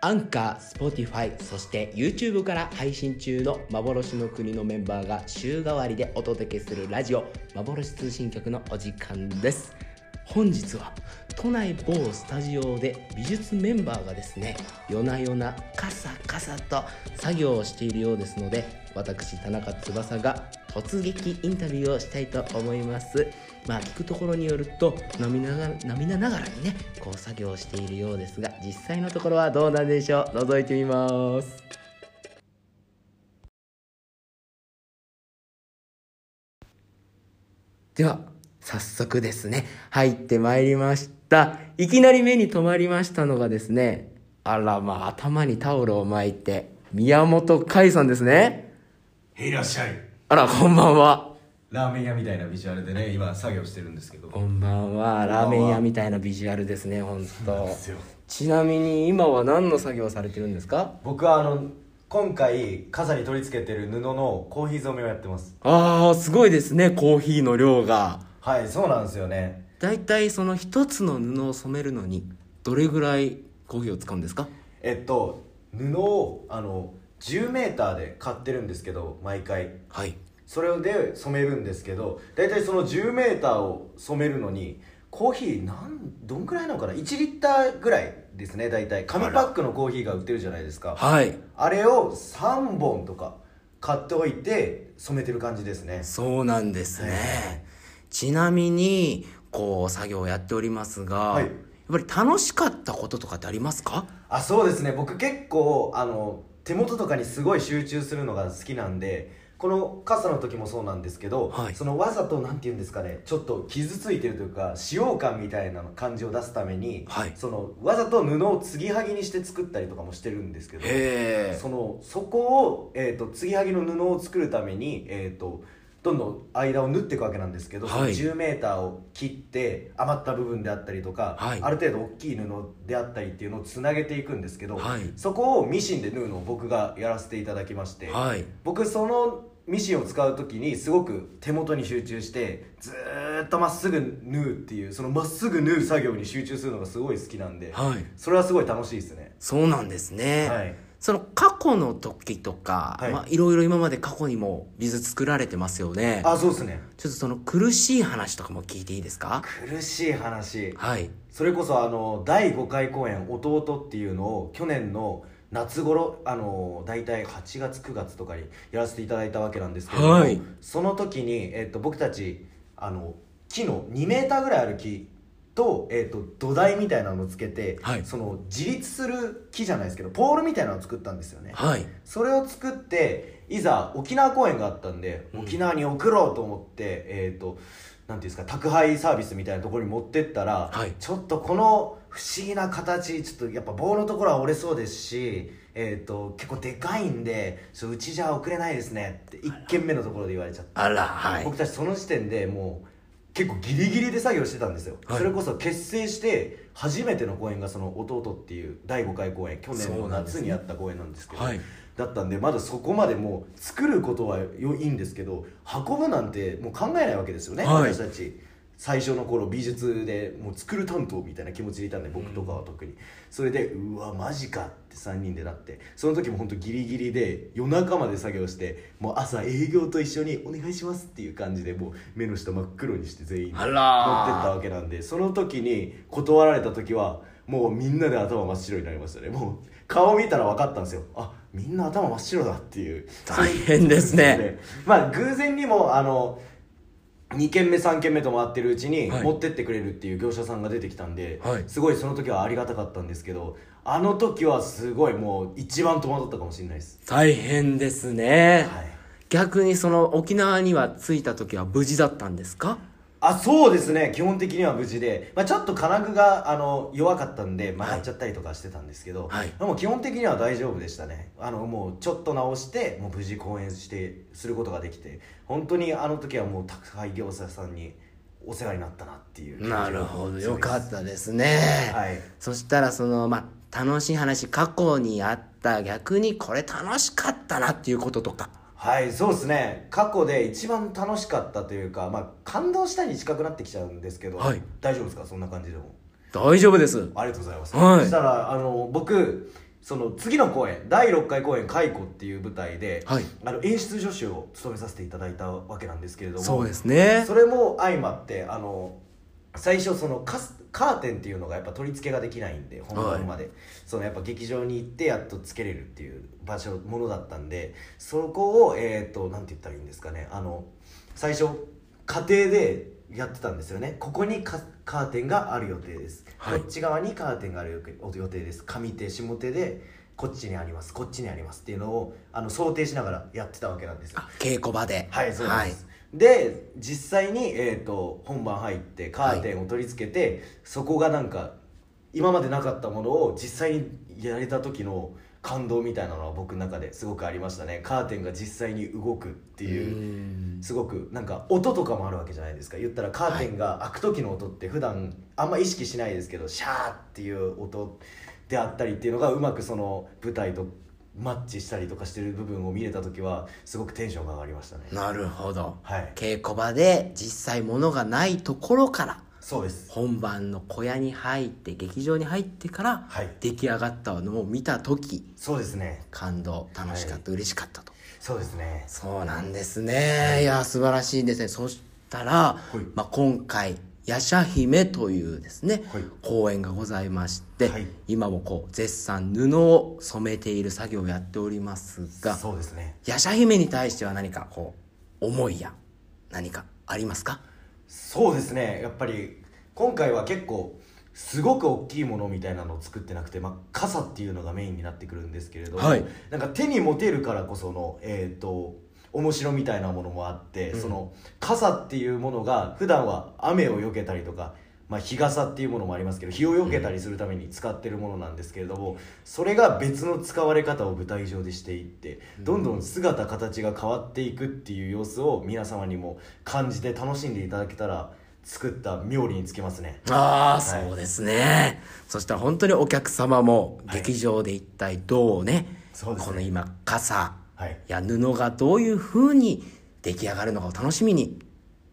アンカー、Spotify、そして YouTube から配信中の幻の国のメンバーが週替わりでお届けするラジオ幻通信局のお時間です本日は都内某スタジオで美術メンバーがですね夜な夜なカサカサと作業をしているようですので私田中翼が突撃インタビューをしたいと思いますまあ聞くところによると涙が涙ながらにねこう作業をしているようですが実際のところはどうなんでしょう覗いてみますでは早速ですね入ってまいりましたいきなり目に留まりましたのがですねあらまあ頭にタオルを巻いて宮本海さんですねいらっしゃいあらこんばんはラーメン屋みたいなビジュアルでね今作業してるんですけどこんばんはラーメン屋みたいなビジュアルですね本当すよちなみに今は何の作業をされてるんですか僕はあの今回傘に取り付けてる布のコーヒー染めをやってますああすごいですねコーヒーの量がはいそうなんですよねだいたいその一つの布を染めるのにどれぐらいコーヒーを使うんですかえっと布をあの10メーターで買ってるんですけど毎回はいそれで染めるんですけど大体その10メーターを染めるのにコーヒーなんどんくらいなのかな1リッターぐらいですね大体紙パックのコーヒーが売ってるじゃないですかはいあれを3本とか買っておいて染めてる感じですねそうなんですねちなみにこう作業をやっておりますが、はいやっぱり楽しかったこととかってありますかあそうですね僕結構あの手元とかにすごい集中するのが好きなんでこの傘の時もそうなんですけど、はいそのわざとなんて言うんですかねちょっと傷ついてるというか使用感みたいな感じを出すために、はいそのわざと布を継ぎはぎにして作ったりとかもしてるんですけどへそのそこを、えー、と継ぎはぎの布を作るために、えー、とどんどん間を縫っていくわけなんですけど、はい1 0ーを切って余った部分であったりとか、はいある程度大きい布であったりっていうのをつなげていくんですけど、はいそこをミシンで縫うのを僕がやらせていただきまして、えはい僕そのミシンを使う時にすごく手元に集中してずーっとまっすぐ縫うっていうそのまっすぐ縫う作業に集中するのがすごい好きなんで、はいそれはすごい楽しいですね。そうなんですね、はいその過去の時とか、はいまあ、いろいろ今まで過去にも美術作られてますよねあそうですねちょっとその苦しい話とかも聞いていいですか苦しい話はいそれこそあの第5回公演「弟」っていうのを去年の夏頃あの大体8月9月とかにやらせていただいたわけなんですけれども、はいその時に、えっと僕たちあの木の2メーターぐらいある木と,、えっと土台みたいなのをつけて、はいその自立する木じゃないですけどポールみたいなのを作ったんですよね、はいそれを作っていざ沖縄公演があったんでうん沖縄に送ろうと思って、えっ、となんていうんですか宅配サービスみたいなところに持ってったら、はいちょっとこの不思議な形ちょっとやっぱ棒のところは折れそうですし、えっと結構でかいんでちょっとうちじゃ送れないですねって1軒目のところで言われちゃってあらはい僕たちその時点でもう結構ギリギリで作業してたんですよ、はいそれこそ結成して初めての公演がその弟っていう第5回公演去年そうのなんですね夏にやった公演なんですけどはいだったんでまだそこまでもう作ることはよいいんですけど運ぶなんてもう考えないわけですよね、はい私たち最初の頃美術でもう作る担当みたいな気持ちでいたんで僕とかは特に、それでうわマジかって3人でなってその時も本当ギリギリで夜中まで作業してもう朝営業と一緒に「お願いします」っていう感じでもう目の下真っ黒にして全員で持あってっらたーわけなんでその時に断られた時はもうみんなで頭真っ白になりましたねもう顔見たら分かったんですよあみんな頭真っ白だっていう大変ですねそういうまあ偶然にもあの2軒目3軒目と回ってるうちにはい持ってってくれるっていう業者さんが出てきたんで、はいすごいその時はありがたかったんですけどあの時はすごいもう一番戸惑ったかもしれないです大変ですね、はい逆にその沖縄には着いた時は無事だったんですかあそうですね基本的には無事で、まあ、ちょっと金具があの弱かったんで曲がっちゃったりとかしてたんですけど、はいもう基本的には大丈夫でしたねあのもうちょっと直してもう無事公演してすることができて本当にあの時はもう宅配業者さんにお世話になったなっていう気持ちがなるほどよかったです強ね、いですそしたらそのまあ楽しい話過去にあった逆にこれ楽しかったなっていうこととかはい、はい、そうですね過去で一番楽しかったというか、まあ、感動したに近くなってきちゃうんですけど、はい大丈夫ですかそんな感じでも大丈夫ですありがとうございます、はいそしたらあの僕その次の公演第6回公演「解雇」っていう舞台で、はいあの演出助手を務めさせていただいたわけなんですけれどもそうですねそれも相まってあの最初そのカスカーテンっていうのがやっぱ取り付けができないんで本番まで、そのやっぱ劇場に行ってやっとつけれるっていう場所ものだったんでそこをえっ、となんて言ったらいいんですかねあの最初家庭でやってたんですよねここにカカーテンがある予定です、はいこっち側にカーテンがある予定です上手下手でこっちにありますこっちにありますっていうのをあの想定しながらやってたわけなんですよあ稽古場ではいそうです、はいで実際に、えー、と本番入ってカーテンを取り付けて、そこがなんか今までなかったものを実際にやれた時の感動みたいなのは僕の中ですごくありましたねカーテンが実際に動くっていううんすごくなんか音とかもあるわけじゃないですか言ったらカーテンが開く時の音って普段あんま意識しないですけどシャーっていう音であったりっていうのがうまくその舞台とマッチしたりとかしてる部分を見れた時はすごくテンションが上がりましたねなるほどはい稽古場で実際物がないところからそうです本番の小屋に入って劇場に入ってからはい出来上がったのを見た時そうですね感動楽しかった、嬉しかったとそうですねそうなんですねいや素晴らしいですねそしたら、いまあ、今回「夜叉姫」というですね、はい公演がございまして、はい今もこう絶賛布を染めている作業をやっておりますがそうですね夜叉姫に対しては何かこう思いや何かありますかそうですねやっぱり今回は結構すごく大きいものみたいなのを作ってなくて、まあ、傘っていうのがメインになってくるんですけれども、はいなんか手に持てるからこそのえっ、と面白みたいなものもあって、その傘っていうものが普段は雨を避けたりとか、まあ、日傘っていうものもありますけど日を避けたりするために使ってるものなんですけれども、それが別の使われ方を舞台上でしていってどんどん姿形が変わっていくっていう様子を皆様にも感じて楽しんでいただけたら作った妙利につけますねああ、はいそうですね。そしたら本当にお客様も劇場で一体どうね、そうですねこの今傘はいや布がどういう風に出来上がるのかを楽しみに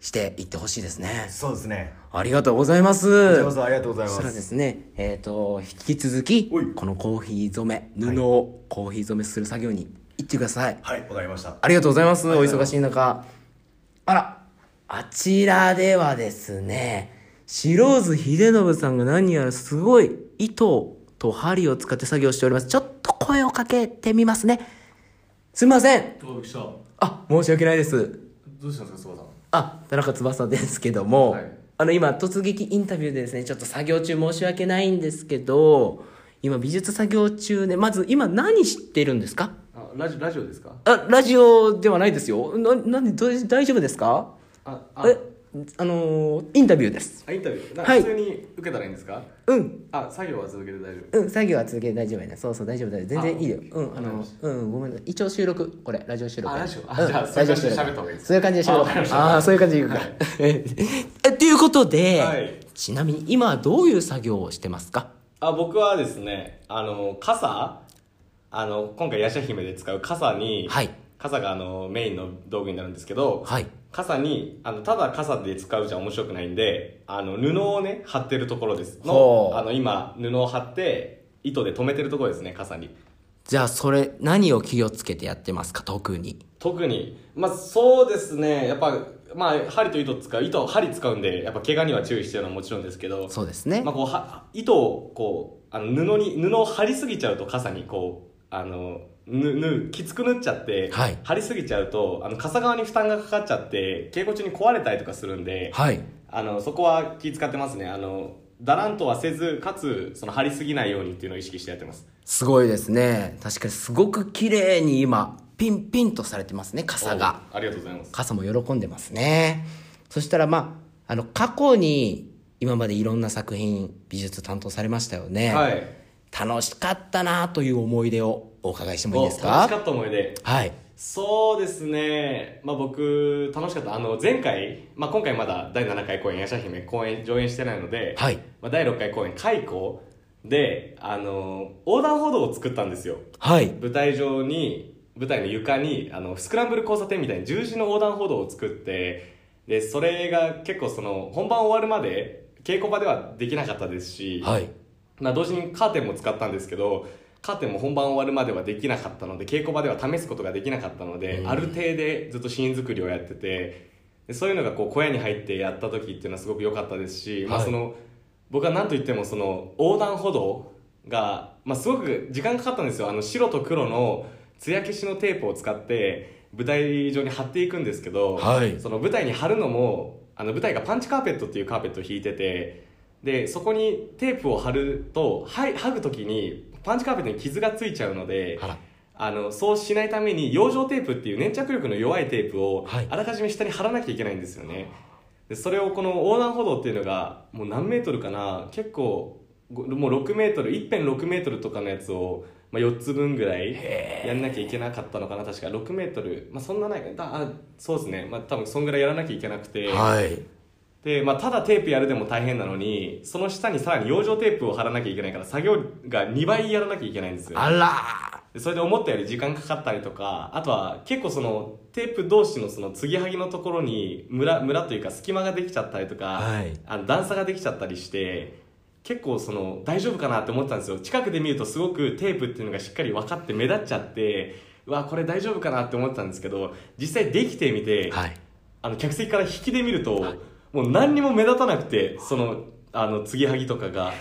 していってほしいですね。そうですねありがとうございます。こちらこそありがとうございまそすしたらですね、えっ、と、引き続きおい、このコーヒー染め、布をコーヒー染めする作業に行ってください。はいわかりましたありがとうございます。おりがと忙うごしい中。あら、あちらではですね、白津秀信さんが何やらすごい糸と針を使って作業しております。ちょっと声をかけてみますね。すみません。どうしたどあ、申し訳ないです。うしたんですか、そばさん。あ、田中翼ですけども、はいあの今突撃インタビューでですね、ちょっと作業中申し訳ないんですけど、今美術作業中で、まず今何してるんですかあ、ラジオ、ラジオですか。あ、ラジオではないですよ。な、なに、ど大丈夫ですかあ、あ、え、あのーインタビューです。あインタビュー、なはい普通に受けたらいいんですか。うん、あ、作業は続けて大丈うん、作業は続けて大丈夫やね。そうそう、大丈夫だよ。全然いいよ。あうん、あわかりのまし、うん、ごめんなさい。一応収録、これ、ラジオ収録。あラジオあうんじゃあそういう感じで喋った方がいいですそういう感じで収あ録わかりま。したああ、そういう感じでいくか。 え、ということで、はいちなみに今はどういう作業をしてますかあ僕はですねあの傘あの今回ヤシャ姫で使う傘に、はい傘があのメインの道具になるんですけど、はい傘にあのただ傘で使うじゃ面白くないんであの布をね貼ってるところですほうのあの今布を貼って糸で留めてるところですね傘にじゃあ、それ、何を気をつけてやってますか特に。特にまあそうですねやっぱまあ針と糸使う糸針使うんでやっぱ怪我には注意してるのはもちろんですけどそうですねまあ、。こうは糸をこうあの布に布を張りすぎちゃうと傘にこうあのぬぬきつく縫っちゃって、はい張りすぎちゃうとあの傘側に負担がかかっちゃって稽古中に壊れたりとかするんで、はい。あのそこは気使ってますねあのだらんとはせずかつその張りすぎないようにっていうのを意識してやってますすごいですね。確かにすごく綺麗に今、ピンピンとされてますね、傘が。おありがとうございます傘も喜んでますねそしたらまああの過去に今までいろんな作品美術担当されましたよね、はい楽しかったなという思い出をお伺いしてもいいですお楽しかかった思い出はいそうですね、まあ、僕楽しかったあの前回、まあ、今回まだ第7回公演「夜叉姫」公演上演してないので、はいまあ、第6回公演「開校」であの横断歩道を作ったんですよはい舞台上に舞台の床にあのスクランブル交差点みたいに十字の横断歩道を作ってでそれが結構その本番終わるまで稽古場ではできなかったですし、はいまあ、同時にカーテンも使ったんですけどカーテンも本番終わるまではできなかったので稽古場では試すことができなかったので、うんある程度ずっとシーン作りをやっててでそういうのがこう小屋に入ってやった時っていうのはすごく良かったですし、まあ、はいその僕は何と言ってもその横断歩道が、まあ、すごく時間かかったんですよあの白と黒の艶消しのテープを使って舞台上に貼っていくんですけど、はいその舞台に貼るのもあの舞台がパンチカーペットっていうカーペットを引いててでそこにテープを貼るとはい剥ぐ時にパンチカーペットに傷がついちゃうのであらあのそうしないために養生テープっていう粘着力の弱いテープをはいあらかじめ下に貼らなきゃいけないんですよね、でそれをこの横断歩道っていうのがもう何メートルかな結構ごもう6メートル1 6メートルとかのやつを、まあ、4つ分ぐらいやんなきゃいけなかったのかな確か6メートル、まあ、そんなないかだあそうですね、まあ、多分そんぐらいやらなきゃいけなくて、はいで、まあ、ただテープやるでも大変なのにその下にさらに養生テープを貼らなきゃいけないから作業が2倍やらなきゃいけないんですよあらでそれで思ったより時間かかったりとかあとは結構そのテープ同士のその継ぎはぎのところにムラムラというか隙間ができちゃったりとか、はいあの段差ができちゃったりして結構その大丈夫かなって思ってたんですよ近くで見るとすごくテープっていうのがしっかり分かって目立っちゃってうわこれ大丈夫かなって思ってたんですけど実際できてみて、はいあの客席から引きで見ると、もう何にも目立たなくてそのあの継ぎはぎとかが、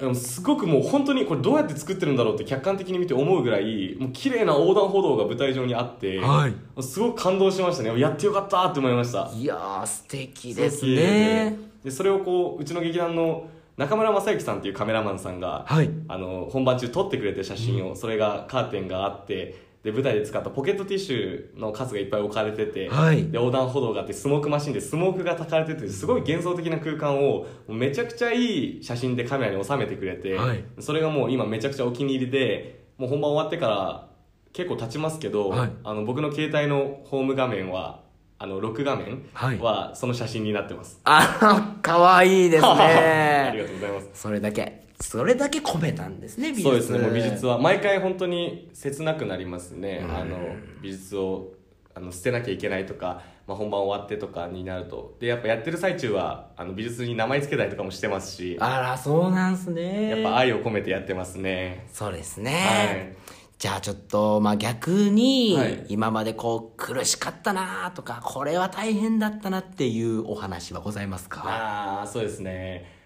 でもすごくもう本当にこれどうやって作ってるんだろうって客観的に見て思うぐらいもう綺麗な横断歩道が舞台上にあって、はいすごく感動しましたねやってよかったって思いましたいやー素敵ですそう綺麗ねででそれをこううちの劇団の中村正幸さんっていうカメラマンさんが、はいあの本番中撮ってくれて写真を、それがカーテンがあってで舞台で使ったポケットティッシュの数がいっぱい置かれてて、はいで横断歩道があってスモークマシンでスモークが焚かれててすごい幻想的な空間をもうめちゃくちゃいい写真でカメラに収めてくれて、はいそれがもう今めちゃくちゃお気に入りでもう本番終わってから結構経ちますけど、はいあの僕の携帯のホーム画面はあの録画面はいはその写真になってます。あかわいいです ありねがとうございます。それだけそれだけ込めたんですね美術そうですね、もう美術は毎回本当に切なくなりますね。あの美術をあの捨てなきゃいけないとか、まあ本番終わってとかになると、でやっぱやってる最中はあの美術に名前つけたりとかもしてますし、あらそうなんすねやっぱ愛を込めてやってますね。そうですね、じゃあちょっと、まあ、逆に、はい今までこう苦しかったなとかこれは大変だったなっていうお話はございますかああ、そうですね。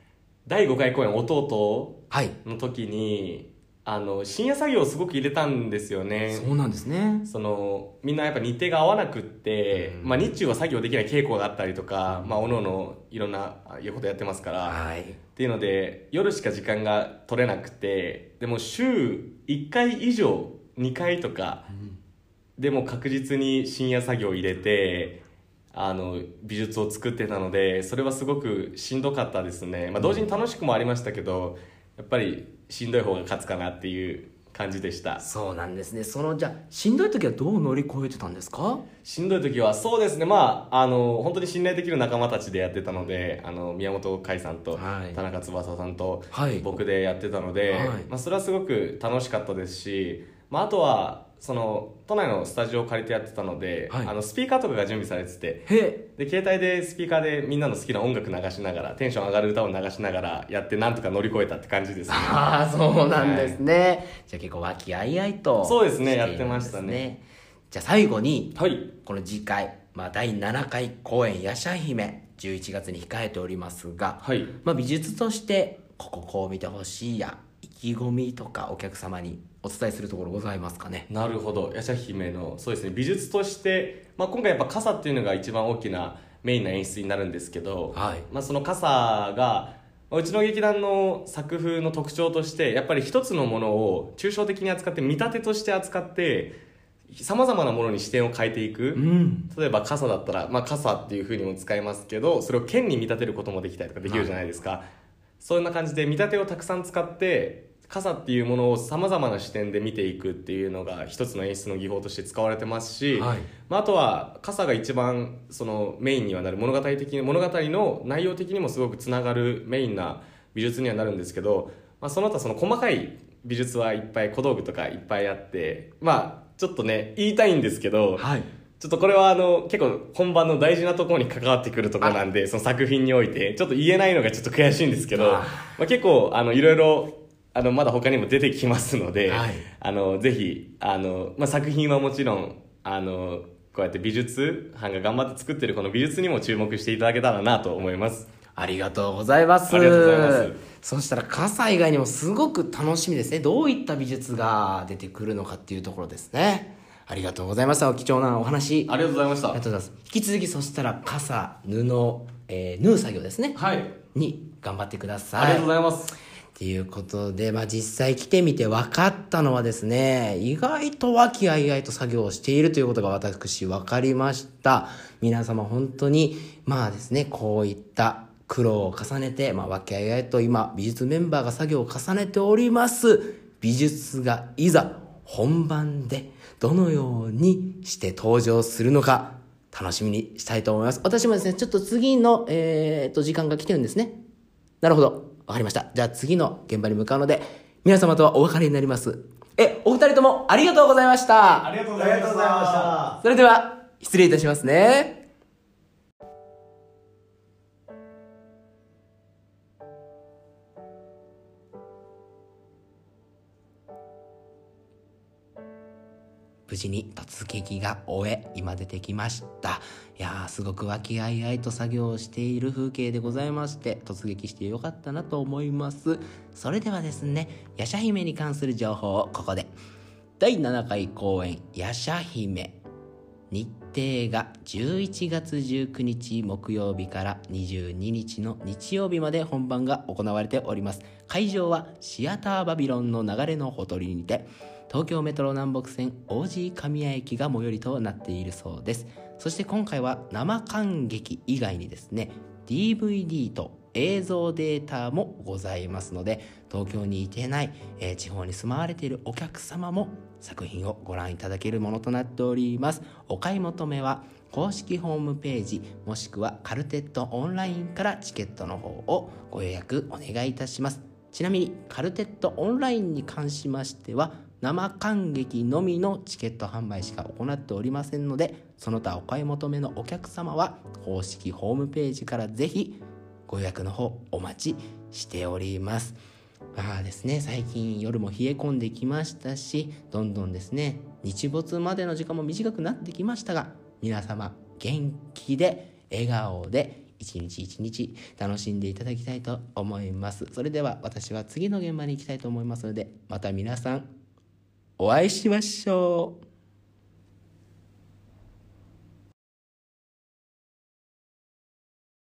第5回公演弟はいの時にあの深夜作業をすごく入れたんですよね。そうなんですねそのみんなやっぱ日程が合わなくって、まあ、日中は作業できない稽古があったりとか、まあ、おのおのいろんなあいうことやってますから、はいっていうので夜しか時間が取れなくてでも週1回以上2回とか、でも確実に深夜作業を入れてあの美術を作ってたのでそれはすごくしんどかったですね、まあ、同時に楽しくもありましたけどやっぱりしんどい方が勝つかなっていう感じでしたそうなんですねそのじゃあしんどい時はどう乗り越えてたんですかしんどい時はそうですねまああの本当に信頼できる仲間たちでやってたのであの宮本海さんとはい田中翼さんとはい僕でやってたので、はいまあ、それはすごく楽しかったですし、まあ、あとはその都内のスタジオを借りてやってたので、はいあのスピーカーとかが準備されててへで携帯でスピーカーでみんなの好きな音楽流しながらテンション上がる歌を流しながらやってなんとか乗り越えたって感じで すね。ああそうなんですね、じゃあ結構和気あいあいとそうですねしやってましたねいるんですじゃあ最後にはいこの次回、まあ、第7回公演「夜叉姫」11月に控えておりますが、はいまあ、美術としてこここう見てほしいや意気込みとかお客様にお伝えするところございますかねなるほど夜叉姫のそうですね美術として、まあ、今回やっぱ傘っていうのが一番大きなメインな演出になるんですけど、はいまあ、その傘がまあうちの劇団の作風の特徴としてやっぱり一つのものを抽象的に扱って見立てとして扱ってさまざまなものに視点を変えていく、うん例えば傘だったら、まあ、傘っていうふうにも使えますけどそれを剣に見立てることもできたりとかできるじゃないですか、そんな感じで見立てをたくさん使って傘っていうものをさまざまな視点で見ていくっていうのが一つの演出の技法として使われてますし、はいまあ、あとは傘が一番そのメインにはなる物語的に物語の内容的にもすごくつながるメインな美術にはなるんですけど、まあ、その他その細かい美術はいっぱい小道具とかいっぱいあってまあちょっとね言いたいんですけど、はいちょっとこれはあの結構本番の大事なところに関わってくるところなんでその作品においてちょっと言えないのがちょっと悔しいんですけどまあ、結構あのいろいろあのまだ他にも出てきますので、はいあのぜひあの、まあ、作品はもちろんあのこうやって美術班が頑張って作ってるこの美術にも注目していただけたらなと思いますありがとうございます。ありがとうございますそしたら、傘以外にもすごく楽しみですね。どういった美術が出てくるのかっていうところですね。ありがとうございました。貴重なお話。ありがとうございましありがたとうございます。引き続き、そしたら、傘、布、えー、縫う作業ですね。はいに頑張ってください。ありがとうございますということで、まあ、実際来てみて分かったのはですね、意外と和気あいあいと作業をしているということが私分かりました。皆様本当に、まあですね、こういった苦労を重ねて、まあ、和気あいあいと今、美術メンバーが作業を重ねております。美術がいざ本番でどのようにして登場するのか、楽しみにしたいと思います。私もですね、ちょっと次の、えー、と、時間が来てるんですね。なるほど。わかりました。じゃあ次の現場に向かうので、皆様とはお別れになります。え、お二人ともありがとうございました。りがとうありがとうございましたそれでは、失礼いたしますね。無事に突撃が終え今出てきましたいやーすごく和気あいあいと作業をしている風景でございまして突撃してよかったなと思いますそれではですねヤシャ姫に関する情報をここで第7回公演ヤシャ姫日程が11月19日木曜日から22日の日曜日まで本番が行われております会場はシアターバビロンの流れのほとりにて東京メトロ南北線王子神谷駅が最寄りとなっているそうですそして今回は生観劇以外にですね DVD と映像データもございますので東京にいてない、えー地方に住まわれているお客様も作品をご覧いただけるものとなっておりますお買い求めは公式ホームページもしくはカルテットオンラインからチケットの方をご予約お願いいたしますちなみにカルテットオンラインに関しましては生観劇のみのチケット販売しか行っておりませんのでその他お買い求めのお客様は公式ホームページからぜひご予約の方お待ちしておりますまあですね最近夜も冷え込んできましたしどんどんですね日没までの時間も短くなってきましたが皆様元気で笑顔で一日一日楽しんでいただきたいと思いますそれでは私は次の現場に行きたいと思いますのでまた皆さんお会いしましょう